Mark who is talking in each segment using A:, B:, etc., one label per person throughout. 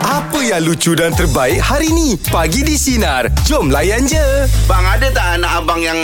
A: Apa yang lucu dan terbaik hari ni? Pagi di Sinar. Jom layan je.
B: Bang ada tak anak abang yang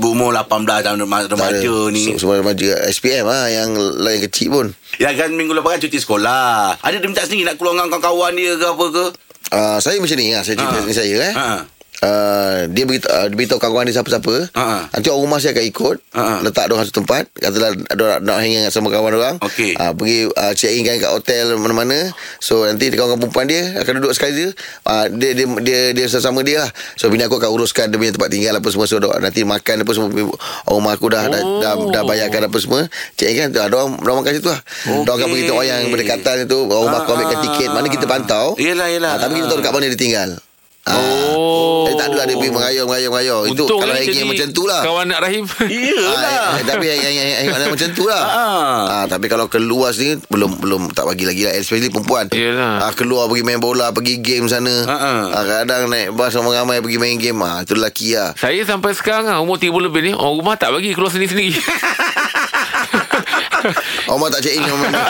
B: Berumur 18 tahun remaja
C: ada.
B: ni
C: Se- Semua remaja SPM lah Yang lain kecil pun
B: Ya kan minggu lepas kan cuti sekolah Ada dia minta sendiri nak keluar dengan kawan-kawan dia ke apa ke
C: uh, Saya macam ni lah Saya cerita
B: Ha.
C: ni saya eh
B: Ha.
C: Uh, dia beritahu, uh, dia beritahu kawan dia siapa-siapa
B: Ha.
C: Nanti orang rumah saya akan ikut
B: Ha.
C: Letak diorang satu tempat Katalah diorang nak hanging sama kawan orang
B: Okey.
C: uh, Pergi uh, check in kan kat hotel mana-mana So nanti kawan-kawan perempuan dia Akan duduk sekali dia uh, Dia dia dia, dia sama dia lah So bini aku akan uruskan Dia punya tempat tinggal apa semua So dok- nanti makan apa semua Orang rumah aku dah, oh. dah, dah, dah bayarkan apa semua Check in kan uh, Diorang, diorang makan situ lah okay. Diorang akan
B: Okey.
C: beritahu orang yang berdekatan tu Orang rumah aku
B: Ah,
C: Oh, ambilkan
B: ah.
C: tiket Mana kita pantau
B: Yelah, yelah.
C: Ah, Tapi kita tahu dekat mana dia tinggal Oh. Tapi tak adalah dia pergi mengayau-mengayau-mengayau. Itu
D: Untung
C: kalau
D: kan
C: hanging
D: jadi
C: macam tu lah.
D: Kawan lah. nak Rahim
C: Ah, eh, eh, tapi yang yang yang, yang, yang macam tu lah.
B: Ah.
C: Ah, tapi kalau keluar sini belum belum tak bagi lagi lah especially perempuan.
D: Yelah.
C: Ah, keluar pergi main bola, pergi game sana.
B: Ah, ah.
C: Ah, kadang naik bas sama ramai pergi main game. Ah, itu lelaki lah.
D: Saya sampai sekarang lah, Umur 30 lebih ni Orang rumah tak bagi Keluar sendiri-sendiri
C: Omar Oh, tak check in sama mana.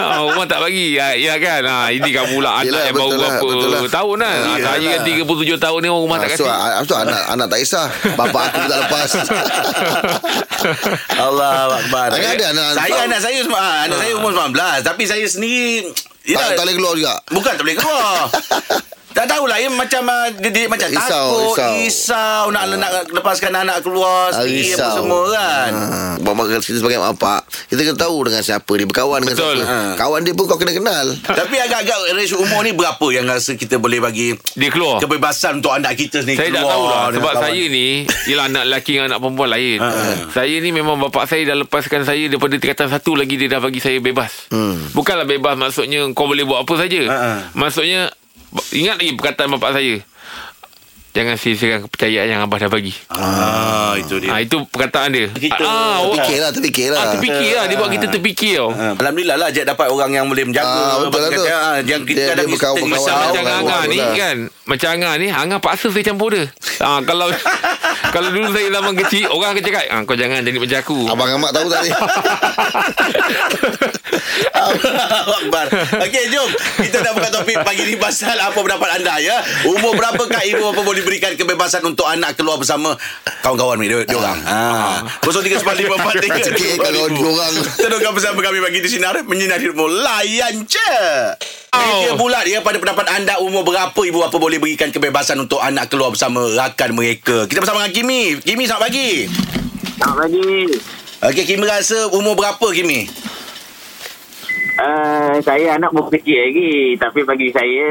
D: ha, Rumah tak bagi ya, ya kan ha, Ini kamu lah Anak
C: Yelah,
D: yang baru
C: betul lah,
D: berapa
C: betul lah.
D: tahun lah ha,
B: Yelah.
D: Saya kan 37 tahun ni Orang rumah
C: Ah,
D: tak
C: so,
D: kasih
C: ah, so, anak anak tak kisah. Bapak aku tak lepas.
B: Allah Akbar
C: Agak ada anak-
B: Saya anak saya semua ah, Anak saya umur 19 Tapi saya sendiri ya,
C: tak, tak boleh keluar juga.
B: Bukan tak boleh keluar Tak tahulah ya, Macam ah, dia, dia macam
C: Risau,
B: takut
C: risau.
B: Risau, risau nak, nak lepaskan anak keluar
C: Ah,
B: Sendiri apa
C: risau.
B: semua kan
C: Ah, Bapak kita sebagai mak bapak Kita kena tahu dengan siapa dia Berkawan dengan
D: Betul.
C: siapa
B: Ah.
C: Kawan dia pun kau kena kenal
B: Tapi agak-agak range umur ni berapa yang rasa kita boleh bagi
D: Dia keluar
B: kebebasan untuk anak kita sendiri
D: Oh. Saya tak
B: Eh, keluar
D: tahu lah
B: dengan
D: Sebab
B: kawan.
D: saya ni Yelah anak lelaki Dengan anak perempuan lain
B: Ha,
D: Saya ni memang Bapak saya dah lepaskan saya Daripada tingkatan satu lagi Dia dah bagi saya bebas Bukanlah bebas Maksudnya Kau boleh buat apa saja
B: Hmm. Ha, ha.
D: Maksudnya ba- Ingat lagi perkataan bapak saya Jangan sisirkan kepercayaan Yang abah dah bagi
B: Ah, itu dia.
D: ha, Itu perkataan dia
B: Kita
D: Ah, awak-
C: Fikirlah terfikirlah
D: Ah, terfikir lah Dia buat kita terfikir tau
B: Ah, Alhamdulillah lah Jack dapat orang yang boleh menjaga
C: Ah, betul lah tu.
B: ah, Yang kita
C: Dia-
B: kadang
C: dia berkawan-
B: mistake
C: berkawan. Awal
D: Macam macam
C: kan,
D: Angah
C: awal
D: ni
C: lah.
D: kan Macam Angah ni Angah paksa saya campur dia ha, Kalau Kalau dulu saya zaman kecil Orang akan cakap ah, Kau jangan jadi macam aku
C: Abang Amat tahu tak ni
B: Allahu Akbar Okey jom Kita nak buka topik pagi ni Pasal apa pendapat anda ya Umur berapa kak ibu bapa boleh berikan kebebasan Untuk anak keluar bersama Kawan-kawan ni dia, dia orang ah. 039543
C: Cekik kalau diorang
B: Teruskan bersama kami bagi di Sinar Menyinari hidupmu Layan je Media
D: Oh.
B: bulat ya pada pendapat anda umur berapa ibu bapa boleh berikan kebebasan untuk anak keluar bersama rakan mereka. Kita bersama dengan Kimi. Kimi selamat pagi.
E: Nak bagi
B: Okey Kimi rasa umur berapa Kimi?
E: uh, Saya anak baru kecil lagi Tapi bagi saya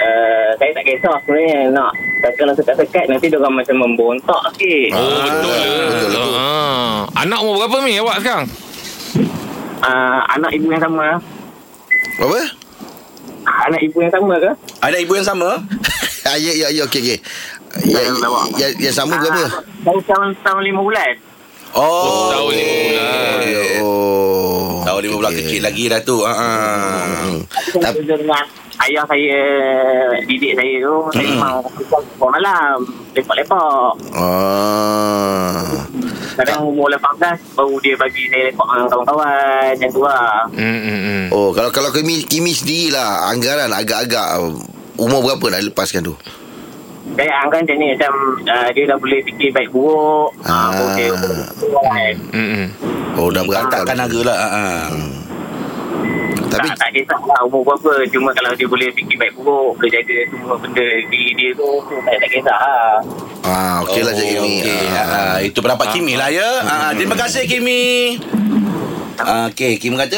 E: uh, Saya tak kisah sebenarnya Nak Kalau sekat-sekat Nanti diorang macam membontak sikit
D: Oh betul lah
C: Ah, betul lah tu.
D: Ah. Anak umur berapa ni awak sekarang?
E: uh, Anak ibu yang sama
C: Apa?
E: Anak ibu yang sama ke?
B: Ada ibu yang sama?
C: Ah, ya, ya, ya, okey, okey. Ya, ya,
E: Yang lawak.
C: ya, yang sama berapa?
E: Baru Ah, tahun, tahun lima bulan
B: Oh,
D: tahun
B: okey.
D: lima bulan.
C: Ya, Oh.
B: Tahun lima bulan
C: okey.
B: kecil lagi dah tu. Ha.
C: Hmm.
E: Saya
C: Tapi-
E: kerja dengan Ayah saya Didik saya tu Saya memang Lepas malam Lepak-lepak
C: Ah.
E: Kadang umur 18 Baru dia bagi saya lepak Dengan kawan-kawan Macam tu lah
D: Hmm, hmm, hmm.
C: Oh, kalau kalau Kimi Kimi sendirilah anggaran agak-agak umur berapa nak lepaskan tu?
E: Saya anggap macam kan ni Macam uh, Dia dah boleh fikir baik buruk
C: Ah.
E: ah. Boleh
D: Hmm, hmm.
C: Oh, dah berantau.
B: Berantakan harga lah. Ha.
C: Tapi
E: tak, tak kisah lah umur berapa Cuma kalau dia boleh fikir baik buruk Boleh jaga semua benda diri dia tu tu Saya tak kisah lah
C: ah okeylah Cik Kimi.
B: Okey.
C: Ah. Hmm.
B: Ha. Itu pendapat Kimi lah ya. Ha. Terima kasih Kimi. Okey, Kimi kata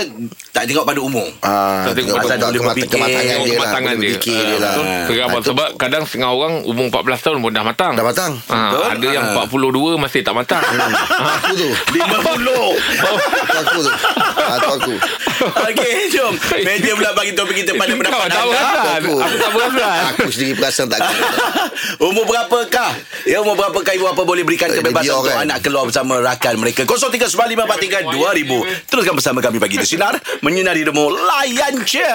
B: tak tengok pada umur.
C: Ah,
D: Tak tengok
C: tengok
B: pasal
C: pasal
B: dia
C: kemat-
B: berfikir,
C: kematangan dia lah.
D: Kematangan dia.
C: Fikir dia lah.
D: Betul. Sekarang
C: Ah,
D: abang,
C: tu-
D: Sebab kadang setengah orang umur 14 tahun pun dah matang.
C: Dah matang. Hmm.
B: Betul.
D: Ah, ada yang
B: Ah.
D: 42 masih tak matang.
C: Aku tu.
B: 50
C: Tu aku tu. Ah, tu aku.
B: Okey jom Media pula bagi topik kita pada pendapat
D: Kau lah. tak
B: anda
D: perasan.
C: Aku.
D: Ah, Aku tak lah. perasan.
C: Aku sendiri perasan tak aku.
B: Umur berapakah Ya umur berapakah ibu apa boleh berikan
C: Eh,
B: kebebasan
C: dia
B: Untuk
C: orang.
B: anak keluar bersama rakan mereka 0395432000 Teruskan bersama kami pagi di Sinar Menyinari Demo Layan je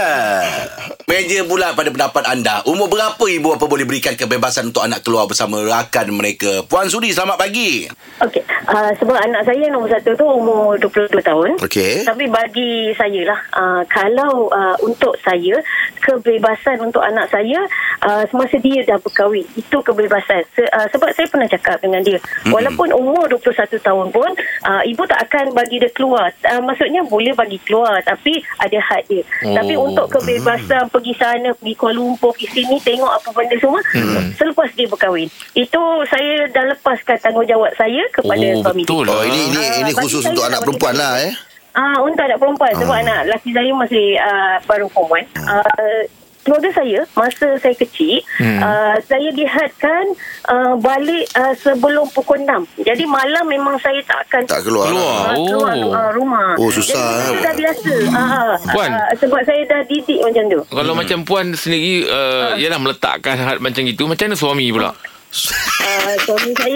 B: Meja pula pada pendapat anda Umur berapa ibu bapa boleh berikan kebebasan Untuk anak keluar bersama rakan mereka Puan Suri selamat pagi
F: Okey, uh, sebab anak saya nombor satu tu umur 22 tahun.
C: Okey.
F: Tapi bagi saya lah, uh, kalau uh, untuk saya, kebebasan untuk anak saya, uh, semasa dia dah berkahwin, itu kebebasan. Se- uh, sebab saya pernah cakap dengan dia, mm-hmm. walaupun umur 21 tahun pun, uh, ibu tak akan bagi dia keluar. Uh, maksudnya boleh bagi keluar, tapi ada had dia.
D: Oh.
F: Oh. Tapi untuk kebebasan mm. pergi sana, pergi Kuala Lumpur, pergi sini, tengok apa benda semua, mm. selepas dia berkahwin. Itu saya dah lepaskan tanggungjawab saya kepada
D: Oh,
F: suami
D: betul
F: dia.
D: lah.
C: Oh ini ini
F: Ah,
C: ini
F: bagi
C: khusus
F: saya
C: untuk
F: tak
C: anak
F: boleh
C: perempuan
F: jadi.
C: lah eh.
F: Ah, untuk anak perempuan sebab anak laki saya masih uh, baru perempuan.
C: Ah.
F: Uh, keluarga saya masa saya kecil hmm. uh, saya dihadkan uh, balik uh, sebelum pukul 6. Jadi malam memang saya tak akan
C: Tak keluar.
D: Keluar.
C: Lah.
F: Ah,
D: Oh.
F: keluar uh, rumah.
C: Oh, susah,
F: Jadi,
C: eh.
F: Dah biasa. Ah,
D: Puan.
F: ah, sebab saya dah didik macam tu.
D: Kalau hmm. macam puan sendiri uh, Yalah meletakkan hal macam itu Macam mana suami pula
F: Ah, suami saya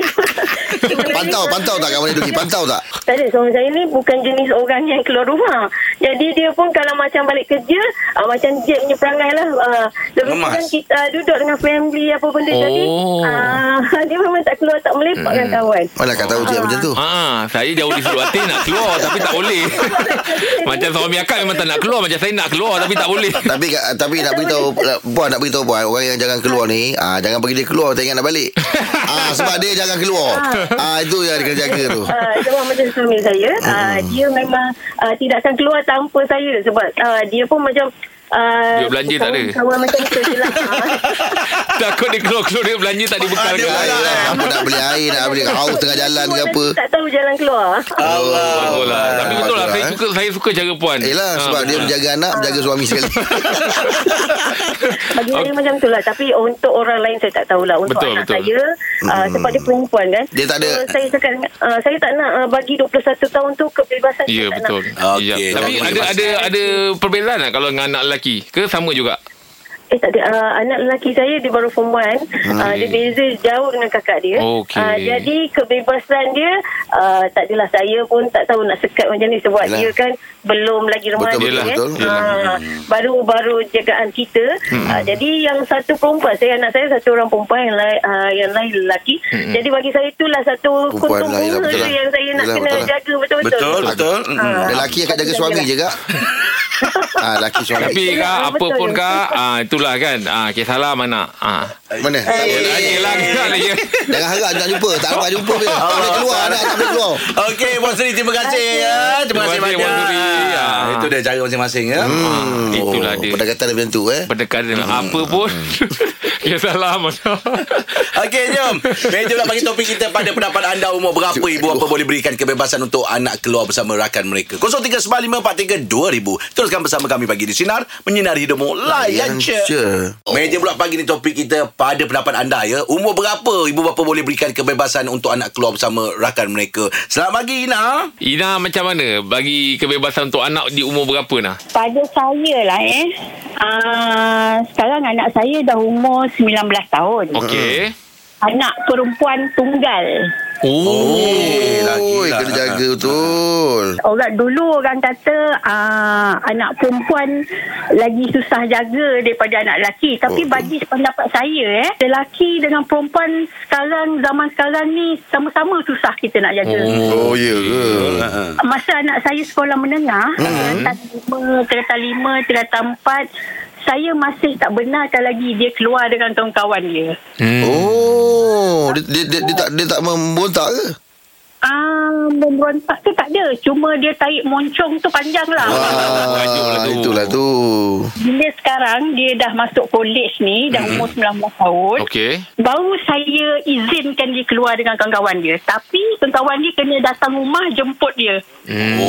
F: sebenarnya-
C: Pantau pantau tak kawan Duki? Pantau tak?
F: Tak ada suami saya ni bukan jenis orang yang keluar rumah. Jadi dia pun kalau macam balik kerja uh, macam jet punya perangai lah. Uh, lebih
B: Lemas.
F: kurang kita uh, duduk dengan family apa benda
D: Oh.
F: jadi uh, dia memang tak keluar tak melepak dengan kawan.
C: Mana kau tahu je macam tu.
D: Ha, saya jauh disuruh hati nak keluar tapi tak boleh. macam suami akak memang tak nak keluar, macam saya nak keluar tapi tak boleh.
C: Tapi ka- tapi nak beritahu puan nak beritahu puan orang yang jangan keluar ni ah jangan pergi dia keluar tak ingat nak balik. ah sebab dia jangan keluar. Ah itu yang dia kena jaga tu.
F: Uh, sebab macam suami saya uh, Dia memang uh, Tidak akan keluar tanpa saya Sebab uh, dia pun macam uh,
D: Duit belanja tak ada?
F: Kawan macam tu je lah Ah.
D: Takut dia keluar-keluar dia belanja tak
B: Ah, dia
D: dibekalkan.
B: belanja.
C: Air, lah. apa nak beli air nak beli haus tengah jalan ke apa.
F: Tak tahu jalan keluar
D: Bagus lah.
C: Ah,
D: Tapi betul lah,
C: bagus lah,
D: saya
C: eh.
D: suka saya suka cara puan.
C: Yelah
D: Ah,
C: Eh lah, sebab dia
D: betul.
C: menjaga anak Menjaga suami sekali
F: Bagi saya macam tu lah Tapi untuk orang lain Saya tak tahulah Untuk
D: Betul,
F: anak
D: betul.
F: saya uh, Sebab dia perempuan kan
C: Hmm. Dia tak ada-
F: so, Saya cakap uh, Saya tak nak uh, Bagi 21 tahun tu Kebebasan
D: Ya
F: saya tak
D: betul.
F: nak.
B: Okey,
D: Ya.
B: tak
D: Tapi
B: boleh
D: ada ada ada perbezaan tak kalau dengan anak lelaki? Ke sama juga?
F: Eh tak ada uh, Anak lelaki saya Dia baru form 1
C: Ah,
F: uh,
C: ya,
F: Dia beza jauh dengan kakak dia
D: Okey.
F: uh, Jadi kebebasan dia uh, Tak adalah saya pun Tak tahu nak sekat macam ni Sebab
C: Yelah.
F: dia kan Belum lagi remaja
C: Betul,
D: betul,
F: kan?
C: betul. Hmm,
F: Ah, Baru-baru jagaan kita hmm. uh, Jadi yang satu perempuan Saya anak saya Satu orang perempuan Yang lain, uh, yang lain lelaki hmm. Jadi bagi saya itulah Satu
C: Perempuan
F: kuntung
C: lah, yelah,
F: bunga
C: betul
F: tu
C: lah.
F: Yang saya nak
C: Yelah,
F: kena
C: betul lah.
F: jaga Betul-betul
B: Betul betul Mm.
F: Ah.
C: Lelaki akan jaga suami je kak ah, Lelaki suami
D: Tapi
F: betul,
D: kak apa
F: betul.
D: pun kak, ah itulah kan. Ah kisahlah mana. Ah.
C: Mana
D: Lagi lagi lagi.
C: Jangan harap nak jumpa Tak dapat jumpa dia Tak boleh keluar anak Tak boleh keluar
B: Okey, Puan Suri terima kasih ya. Terima,
D: Terima
B: kasih
D: kasih,
B: banyak.
D: Puan Suri. Ya.
B: Ah, Itu dia cara masing-masing ya.
D: Hmm, itulah dia.
C: Oh, Pendekatan dia macam tu eh
D: Pendekatan hmm. apa pun. Kisahlah mana.
B: Okey, jom. Meja pula bagi topik kita pada pendapat anda umur berapa ibu bapa boleh berikan kebebasan untuk anak keluar bersama rakan mereka. 0395432000. Teruskan bersama kami pagi di sinar menyinari hidupmu layan je. Oh. Meja pula pagi ni topik kita pada pendapat anda ya. Umur berapa ibu bapa boleh berikan kebebasan untuk anak keluar bersama rakan mereka. Selamat pagi Ina.
D: Ina macam mana bagi kebebasan untuk anak di umur berapa nah?
G: Pada saya lah eh. Uh, sekarang anak saya dah umur 19 tahun.
D: Okey.
G: Anak perempuan tunggal.
D: Oh.
C: Oi, kena
D: Ah.
C: jaga betul
G: Orang dulu orang kata uh, anak perempuan lagi susah jaga daripada anak lelaki. Tapi
C: Oh.
G: oh. bagi pendapat saya eh, lelaki dengan perempuan sekarang zaman sekarang ni sama-sama susah kita nak jaga. Oh.
C: Oh ya ke
G: Masa anak saya sekolah menengah, hmm. kereta lima, kereta lima, kereta empat, saya masih tak benarkan lagi dia keluar dengan kawan-kawan dia.
D: Hmm.
C: Oh dia, dia, dia, dia tak dia tak membontak ke
G: Ah, memberontak tu tak ada. Cuma dia tarik moncong tu panjang lah.
D: Tajuk lah
C: Ah,
D: tu.
C: itulah tu
G: Bila sekarang dia dah masuk college ni, dah umur 19 tahun.
D: Mhm. Okey.
G: Baru saya izinkan dia keluar dengan kawan-kawan dia. Tapi kawan-kawan dia kena datang rumah jemput dia.
D: Hmm.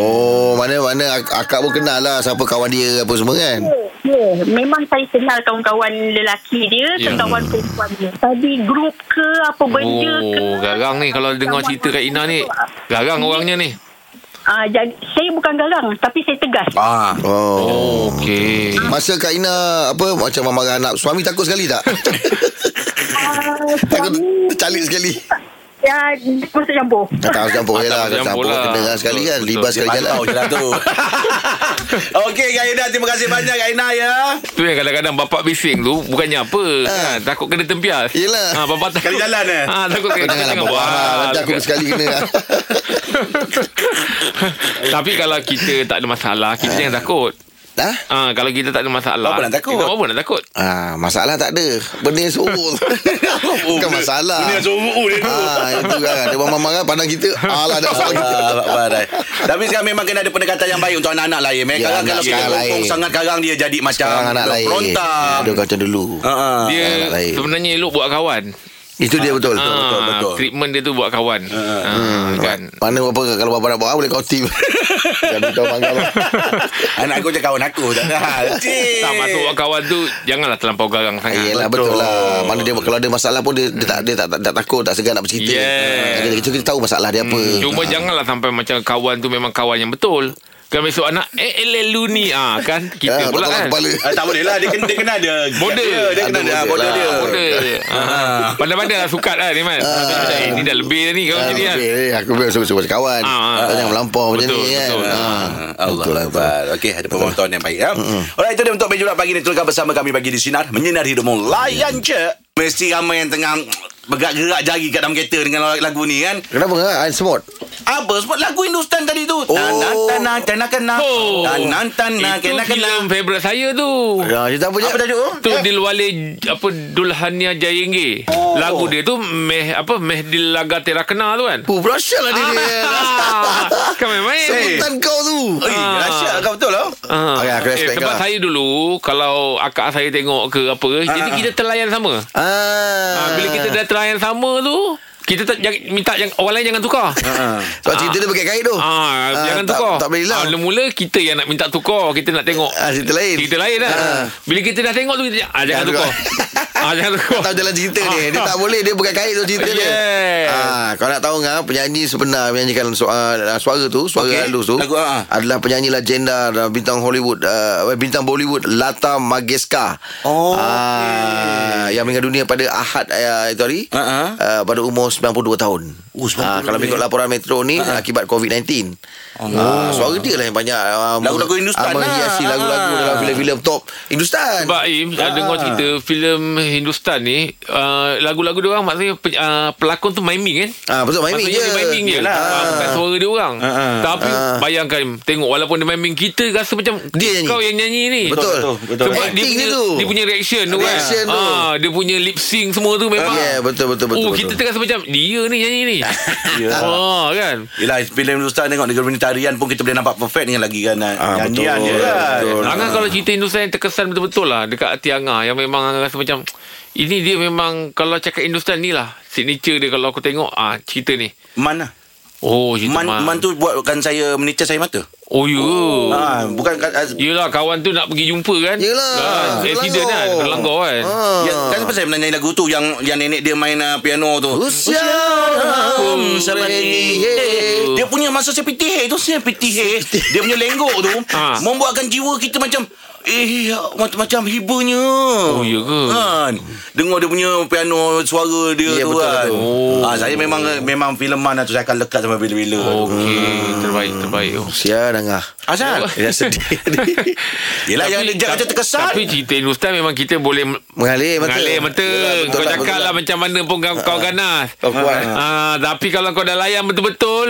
C: Oh mana-mana ak- akak pun kenal lah Siapa kawan dia apa semua kan
G: Ya, Yeah. Memang saya kenal kawan-kawan lelaki dia,
D: Ya.
G: yeah. kawan perempuan dia. Tadi grup ke apa benda ke.
D: Oh, garang ni kalau dengar cerita Kak Ina ni. Garang orangnya ni.
G: Ah, jadi, saya bukan garang tapi saya tegas.
B: Ah.
C: Oh
D: Oh, okey.
C: Masa Kak Ina apa macam mama dengan anak suami takut sekali tak?
G: Ah,
C: takut
G: suami
C: tercalik sekali.
G: Ya, masuk campur.
C: Tak harus campur je lah
D: Tak harus
C: Kalau
D: campur
C: campur
D: lah.
C: kena kan sekali kan
D: Betul,
C: Libas
D: betul.
C: sekali jalan
B: Pantau je lah tu Okey Kak Aina Terima kasih banyak Kak Aina ya
D: Tu yang kadang-kadang bapak bising tu Bukannya apa ha. Ha, Takut kena
C: Ah.
D: tempias
C: Yelah.
D: ha, Bapak takut
B: Sekali jalan, eh?
D: ha, Takut
C: Kau
D: kena Ah,
C: janganlah
D: tengah
C: bawa
D: buat.
C: Nanti aku sekali kena
D: Tapi kalau kita tak ada masalah Kita jangan takut
C: Dah
D: ha, Kalau kita tak ada masalah
B: Apa nak takut?
D: Kita apa nak takut
C: Ah, masalah tak ada Benda yang sorok Bukan masalah
B: Ini yang suruh dia tu
C: Ah, itu kan Dia marah-marah pandang kita Alah dah sorok kita
B: Ah, barai. Tapi sekarang memang kena ada pendekatan yang baik untuk anak-anak lain. Memang
C: Ya,
B: kalau
C: anak
B: kalau kita
C: sekarang
B: lain.
C: lain.
B: sangat karang dia jadi macam
C: Sekarang Ah, anak lain
B: berontak.
C: Dia kacau dulu
B: Ha, ha.
D: Dia
C: Ah, anak lain.
D: sebenarnya elok buat kawan
C: Itu dia betul
D: Ah,
B: betul, betul. Ah,
D: Treatment dia tu buat kawan ha, kan?
C: Mana apa Kalau bapa nak buat ah, Boleh kau tip Jangan kau panggil
B: Anak aku je kawan aku tak ada hal. Cik.
D: Tak masuk buat kawan tu Janganlah terlampau garang sangat
C: Yelah betul. betul lah Mana dia Kalau ada masalah pun Dia, dia, tak, dia tak, tak, tak takut Tak segan nak bercerita
D: Yeah. Hmm,
C: Jadi kita, kita tahu masalah dia apa
D: Mm-hmm.
C: Ah.
D: Cuma janganlah sampai macam kawan tu Memang kawan yang betul Kan besok anak Eh eleh lu ni ah, Kan
C: Ah,
D: kita pula
C: patah
D: kan
C: kepala.
B: Ah, tak boleh lah dia kena, dia kena ada
D: Border.
B: dia, dia kena
C: Ada
B: ada
C: border
B: border
C: lah.
B: dia.
D: Order Ah. Pandai-pandai lah sukat lah ni man Eh, Ini dah lebih dah ni Kau
C: Ah,
D: jadi kan
C: okey, aku biar suka-suka kawan.
D: Ah, ah,
C: Kau jangan melampau macam
D: Betul,
C: ni kan.
D: betul.
C: Ah,
B: Allah
C: betul lah, betul.
B: Akbar. Okey, ada pemotongan yang baik. Ya? Alright, itu dia untuk meja bulat pagi ni. Teruskan bersama kami bagi di Sinar. Menyinari hidupmu. Layan je. Mesti ramai yang tengah bergerak-gerak jari kat dalam kereta dengan lagu ni kan.
C: Kenapa kan? I'm smart.
B: Apa sebab lagu Hindustan tadi tu? Tanah, tanah, tanah, kena.
D: Oh.
B: Tanah, tanah,
D: Itu
B: kena, kena.
D: filem favourite saya tu
C: Ya, cerita apa je?
B: Apa tajuk?
D: Tu Dilwale apa Dulhania Jayenge.
B: Oh.
D: Lagu dia tu meh apa Mehdil Laga Terakena tu kan.
C: Puh, Russia lah dia.
D: Ah, kan main-main.
C: Sebutan kau tu.
B: Eh, Rasyak kau betul lah.
D: Ah.
C: Okey, aku respect
D: eh, sebab
C: kau.
D: saya dulu kalau akak saya tengok ke apa ke, jadi kita terlayan sama.
C: Ah.
D: Ah, bila kita dah terlayan sama tu, kita tak jangan- minta yang orang lain jangan tukar.
C: Sebab cerita dia berkait-kait tu.
D: Ah, jangan
C: Ah. tak-
D: tukar.
C: Tak boleh hilang.
D: Ah, mula kita yang nak minta tukar, kita nak tengok.
C: Ah, cerita lain.
D: Cerita lain lah.
C: Ah.
D: Bila kita dah tengok tu kita ah, jangan
C: Jangan
D: tukar.
C: tukar.
D: ah, jangan tukar.
C: Tak tahu jalan cerita dia Dia tak boleh Dia berkait-kait tu cerita dia
D: Yes.
C: Ah, Kau nak tahu ngah Penyanyi sebenar Menyanyikan suara, suara tu Suara
B: Okey.
C: okay. halus tu
B: Lagu, ah.
C: Adalah penyanyi legenda dan Bintang Hollywood uh, Bintang Bollywood Lata Mangaskar
B: Oh,
C: ah, Yang meninggal dunia pada Ahad uh, Itu hari
B: Ah, ah.
C: uh, Pada umur 92 tahun
B: Oh, 92
C: Ah, Kalau mengikut laporan Metro ni Akibat COVID-19 Ah, Suara dia lah yang banyak ah,
B: Lagu-lagu Hindustan
C: ah, Menghiasi
B: lah.
C: lagu-lagu
B: Ah.
C: Dalam filem-filem top Hindustan
D: Sebab Im ah. Dengar cerita Filem Hindustan ni uh, Lagu-lagu dia orang Maksudnya pe- uh, Pelakon tu miming kan
C: Ah, betul miming
D: Maksudnya
C: je.
D: dia miming je
C: Yelah.
D: Ah, Bukan suara dia orang
B: ah.
D: Tapi
C: Ah.
D: bayangkan Im, Tengok walaupun dia miming Kita rasa macam
C: Dia nyanyi.
D: Kau yang nyanyi ni
C: Eh, Betul.
B: Betul, betul.
D: Sebab dia
C: Acting
D: punya,
C: dia tu.
D: dia punya reaction tu kan
C: Reaction tu.
D: Ah, Dia punya lip sync semua tu memang
C: Ya, betul, betul, betul, betul.
D: Oh
C: Ya.
D: kita terasa macam Dia ni nyanyi ni Wah kan
B: Yelah filem Hindustan tengok Negeri ni tarian pun Kita boleh nampak perfect Dengan lagi kan ah, Nyanyian
C: betul,
B: dia kan
C: betul.
D: Angah kalau cerita Hindustan yang terkesan betul-betul lah dekat hati Angah yang memang Angah rasa macam ini dia memang kalau cakap Hindustan ni lah signature dia kalau aku tengok ah cerita ni.
B: Mana
D: Oh cerita
B: lah. Man, man tu buatkan saya Menitir saya mata
D: Oh ya.
B: oh.
D: Yeah.
B: ah, Bukan ah,
D: Yelah kawan tu nak pergi jumpa kan
C: Yelah, Ah.
D: kan, Accident
C: terlanggar.
D: kan Terlanggar kan
B: Ya, kan sebab saya menyanyi lagu tu Yang yang nenek dia main ah, piano tu
C: Usia Hmm,
B: Kum sereni Eh, Dia punya masa saya pitih tu Saya pitih Dia punya lenggok tu
C: Ha.
D: Ah.
B: Membuatkan jiwa kita macam Eh macam, macam hibanya
D: Oh, ya ke?
B: Kan Dengar dia punya piano Suara dia
C: Ya,
B: tu
C: betul
B: kan
C: tu.
B: oh. ah, Saya memang Memang fileman lah tu Saya akan lekat sampai bila-bila
C: Oh.
D: Okey Terbaik Terbaik oh.
C: Sia dengah
B: Asal
C: Dia sedih
B: Yelah yang dia jangan macam terkesan
D: Tapi cerita Hindustan memang kita boleh
C: Mengalir mata
D: Mengalir mata
C: Yelah, betul
D: Kau
C: lah, Ah.
D: cakap
C: betul
D: lah macam mana pun kau, kau ganas
C: Kau kuat.
D: Ah, Tapi kalau kau dah layan betul-betul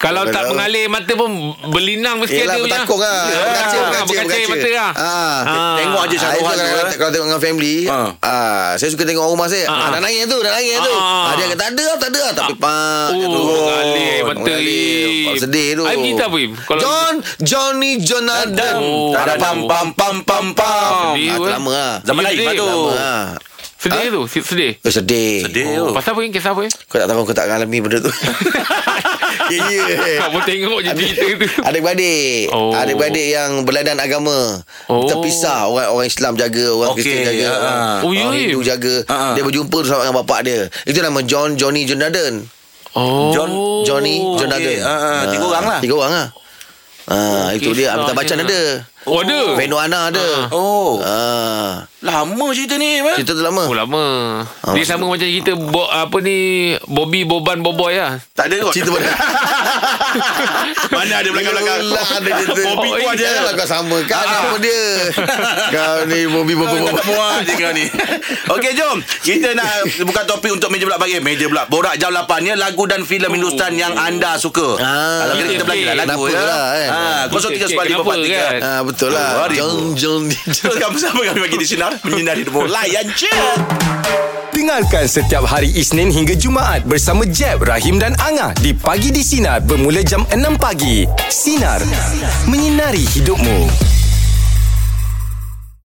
D: Kalau
C: Kau
D: tak
C: tahu.
D: mengalir mata pun Berlinang mesti
C: Yelah,
D: ada punya.
C: bertakung lah.
D: Yelah,
C: Berkaca,
D: berkaca,
C: berkaca, berkaca.
D: mata lah
C: Ah.
D: Ah.
B: Tengok aje
C: Ah,
B: Syarohan tu
C: itu kadang-kadang
B: eh.
C: kalau tengok dengan family
B: Ah.
C: ah. Saya suka tengok orang rumah saya
D: Ah.
C: ah. Dah nangis tu Dah nangis tu
D: Ah.
C: ah, Dia kata tak ada lah, Tak ada lah." Tapi pak dia
D: Oh,
C: turun.
D: mengalir mata
C: Mengalir.
D: Im.
C: Sedih tu
D: Aib cerita apa Im? Kalau-
C: John Johnny Jonathan
D: Oh,
B: Tada,
D: ada.
B: Pam pam pam pam pam
D: Sedih
C: Ah,
D: tu, eh.
C: lama lah
B: Zaman
D: Sedih,
B: lain tu
D: lama.
C: ah.
D: Sedih tu si- Sedih
C: Eh, sedih.
B: Sedih tu
D: Oh, Pasal apa Im? Kisah apa Im?
C: Kau tak tahu kau tak alami benda tu Ya ya
D: Kau pun tengok je cerita tu
C: Adik-beradik
D: Oh.
C: oh. Adik-beradik yang berladan agama
D: Oh.
C: oh. Terpisah Orang orang Islam jaga Orang
B: Okey,
C: Kristian jaga
B: ah,
C: orang,
D: ah. Oh,
C: orang
D: ya,
C: Hindu
D: eh.
C: jaga
B: Ah, ah.
C: Dia berjumpa tu sama dengan bapak dia Itu nama John Johnny Jonathan
D: Oh
B: John-
C: Johnny Jonathan
B: ah, ah, tiga orang lah.
C: Tiga orang lah Ah,
D: Okey, Oh,
C: itu dia
D: kisah
C: Amitabh Bachchan
D: dia.
C: ada
D: Oh ada
C: Veno Ana ada
B: Oh
C: Ah.
B: Lama cerita ni Mat.
C: Cerita tu lama
D: Oh lama
C: Ah,
D: Dia
C: maksud-
D: sama macam kita bo, Apa ni Bobby Boban Boboy lah
B: Tak ada kot
C: Cerita mana?
B: Mana ada belakang-belakang
C: Yelah, ada cerita.
B: Bobby
D: Oh,
B: tu ada
C: Janganlah kau sama Kau sama dia Kau ni Bobby
B: Ha, Kau
C: Bobby
B: tak
C: Bobby
B: muat je kau ni Okey jom Kita nak Bukan topik untuk meja bulat pagi Meja bulat Borak jam 8 ni Lagu dan filem Hindustan Yang anda suka
C: Ah.
B: Kalau kita kita
D: Okey,
B: bagi lah lagu
C: kenapa
B: ya.
C: lah, kan?
B: Ah,
D: Kenapa,
B: 039543
D: kan?
C: Ah betul lah.
B: Hari
C: Jong jong
B: Teruskan bersama kami bagi di Sinar Menyinari Demo Layan je
A: Dengarkan setiap hari Isnin hingga Jumaat bersama Jeb, Rahim dan Angah di Pagi di Sinar bermula jam 6 pagi. Sinar. Menyinari hidupmu.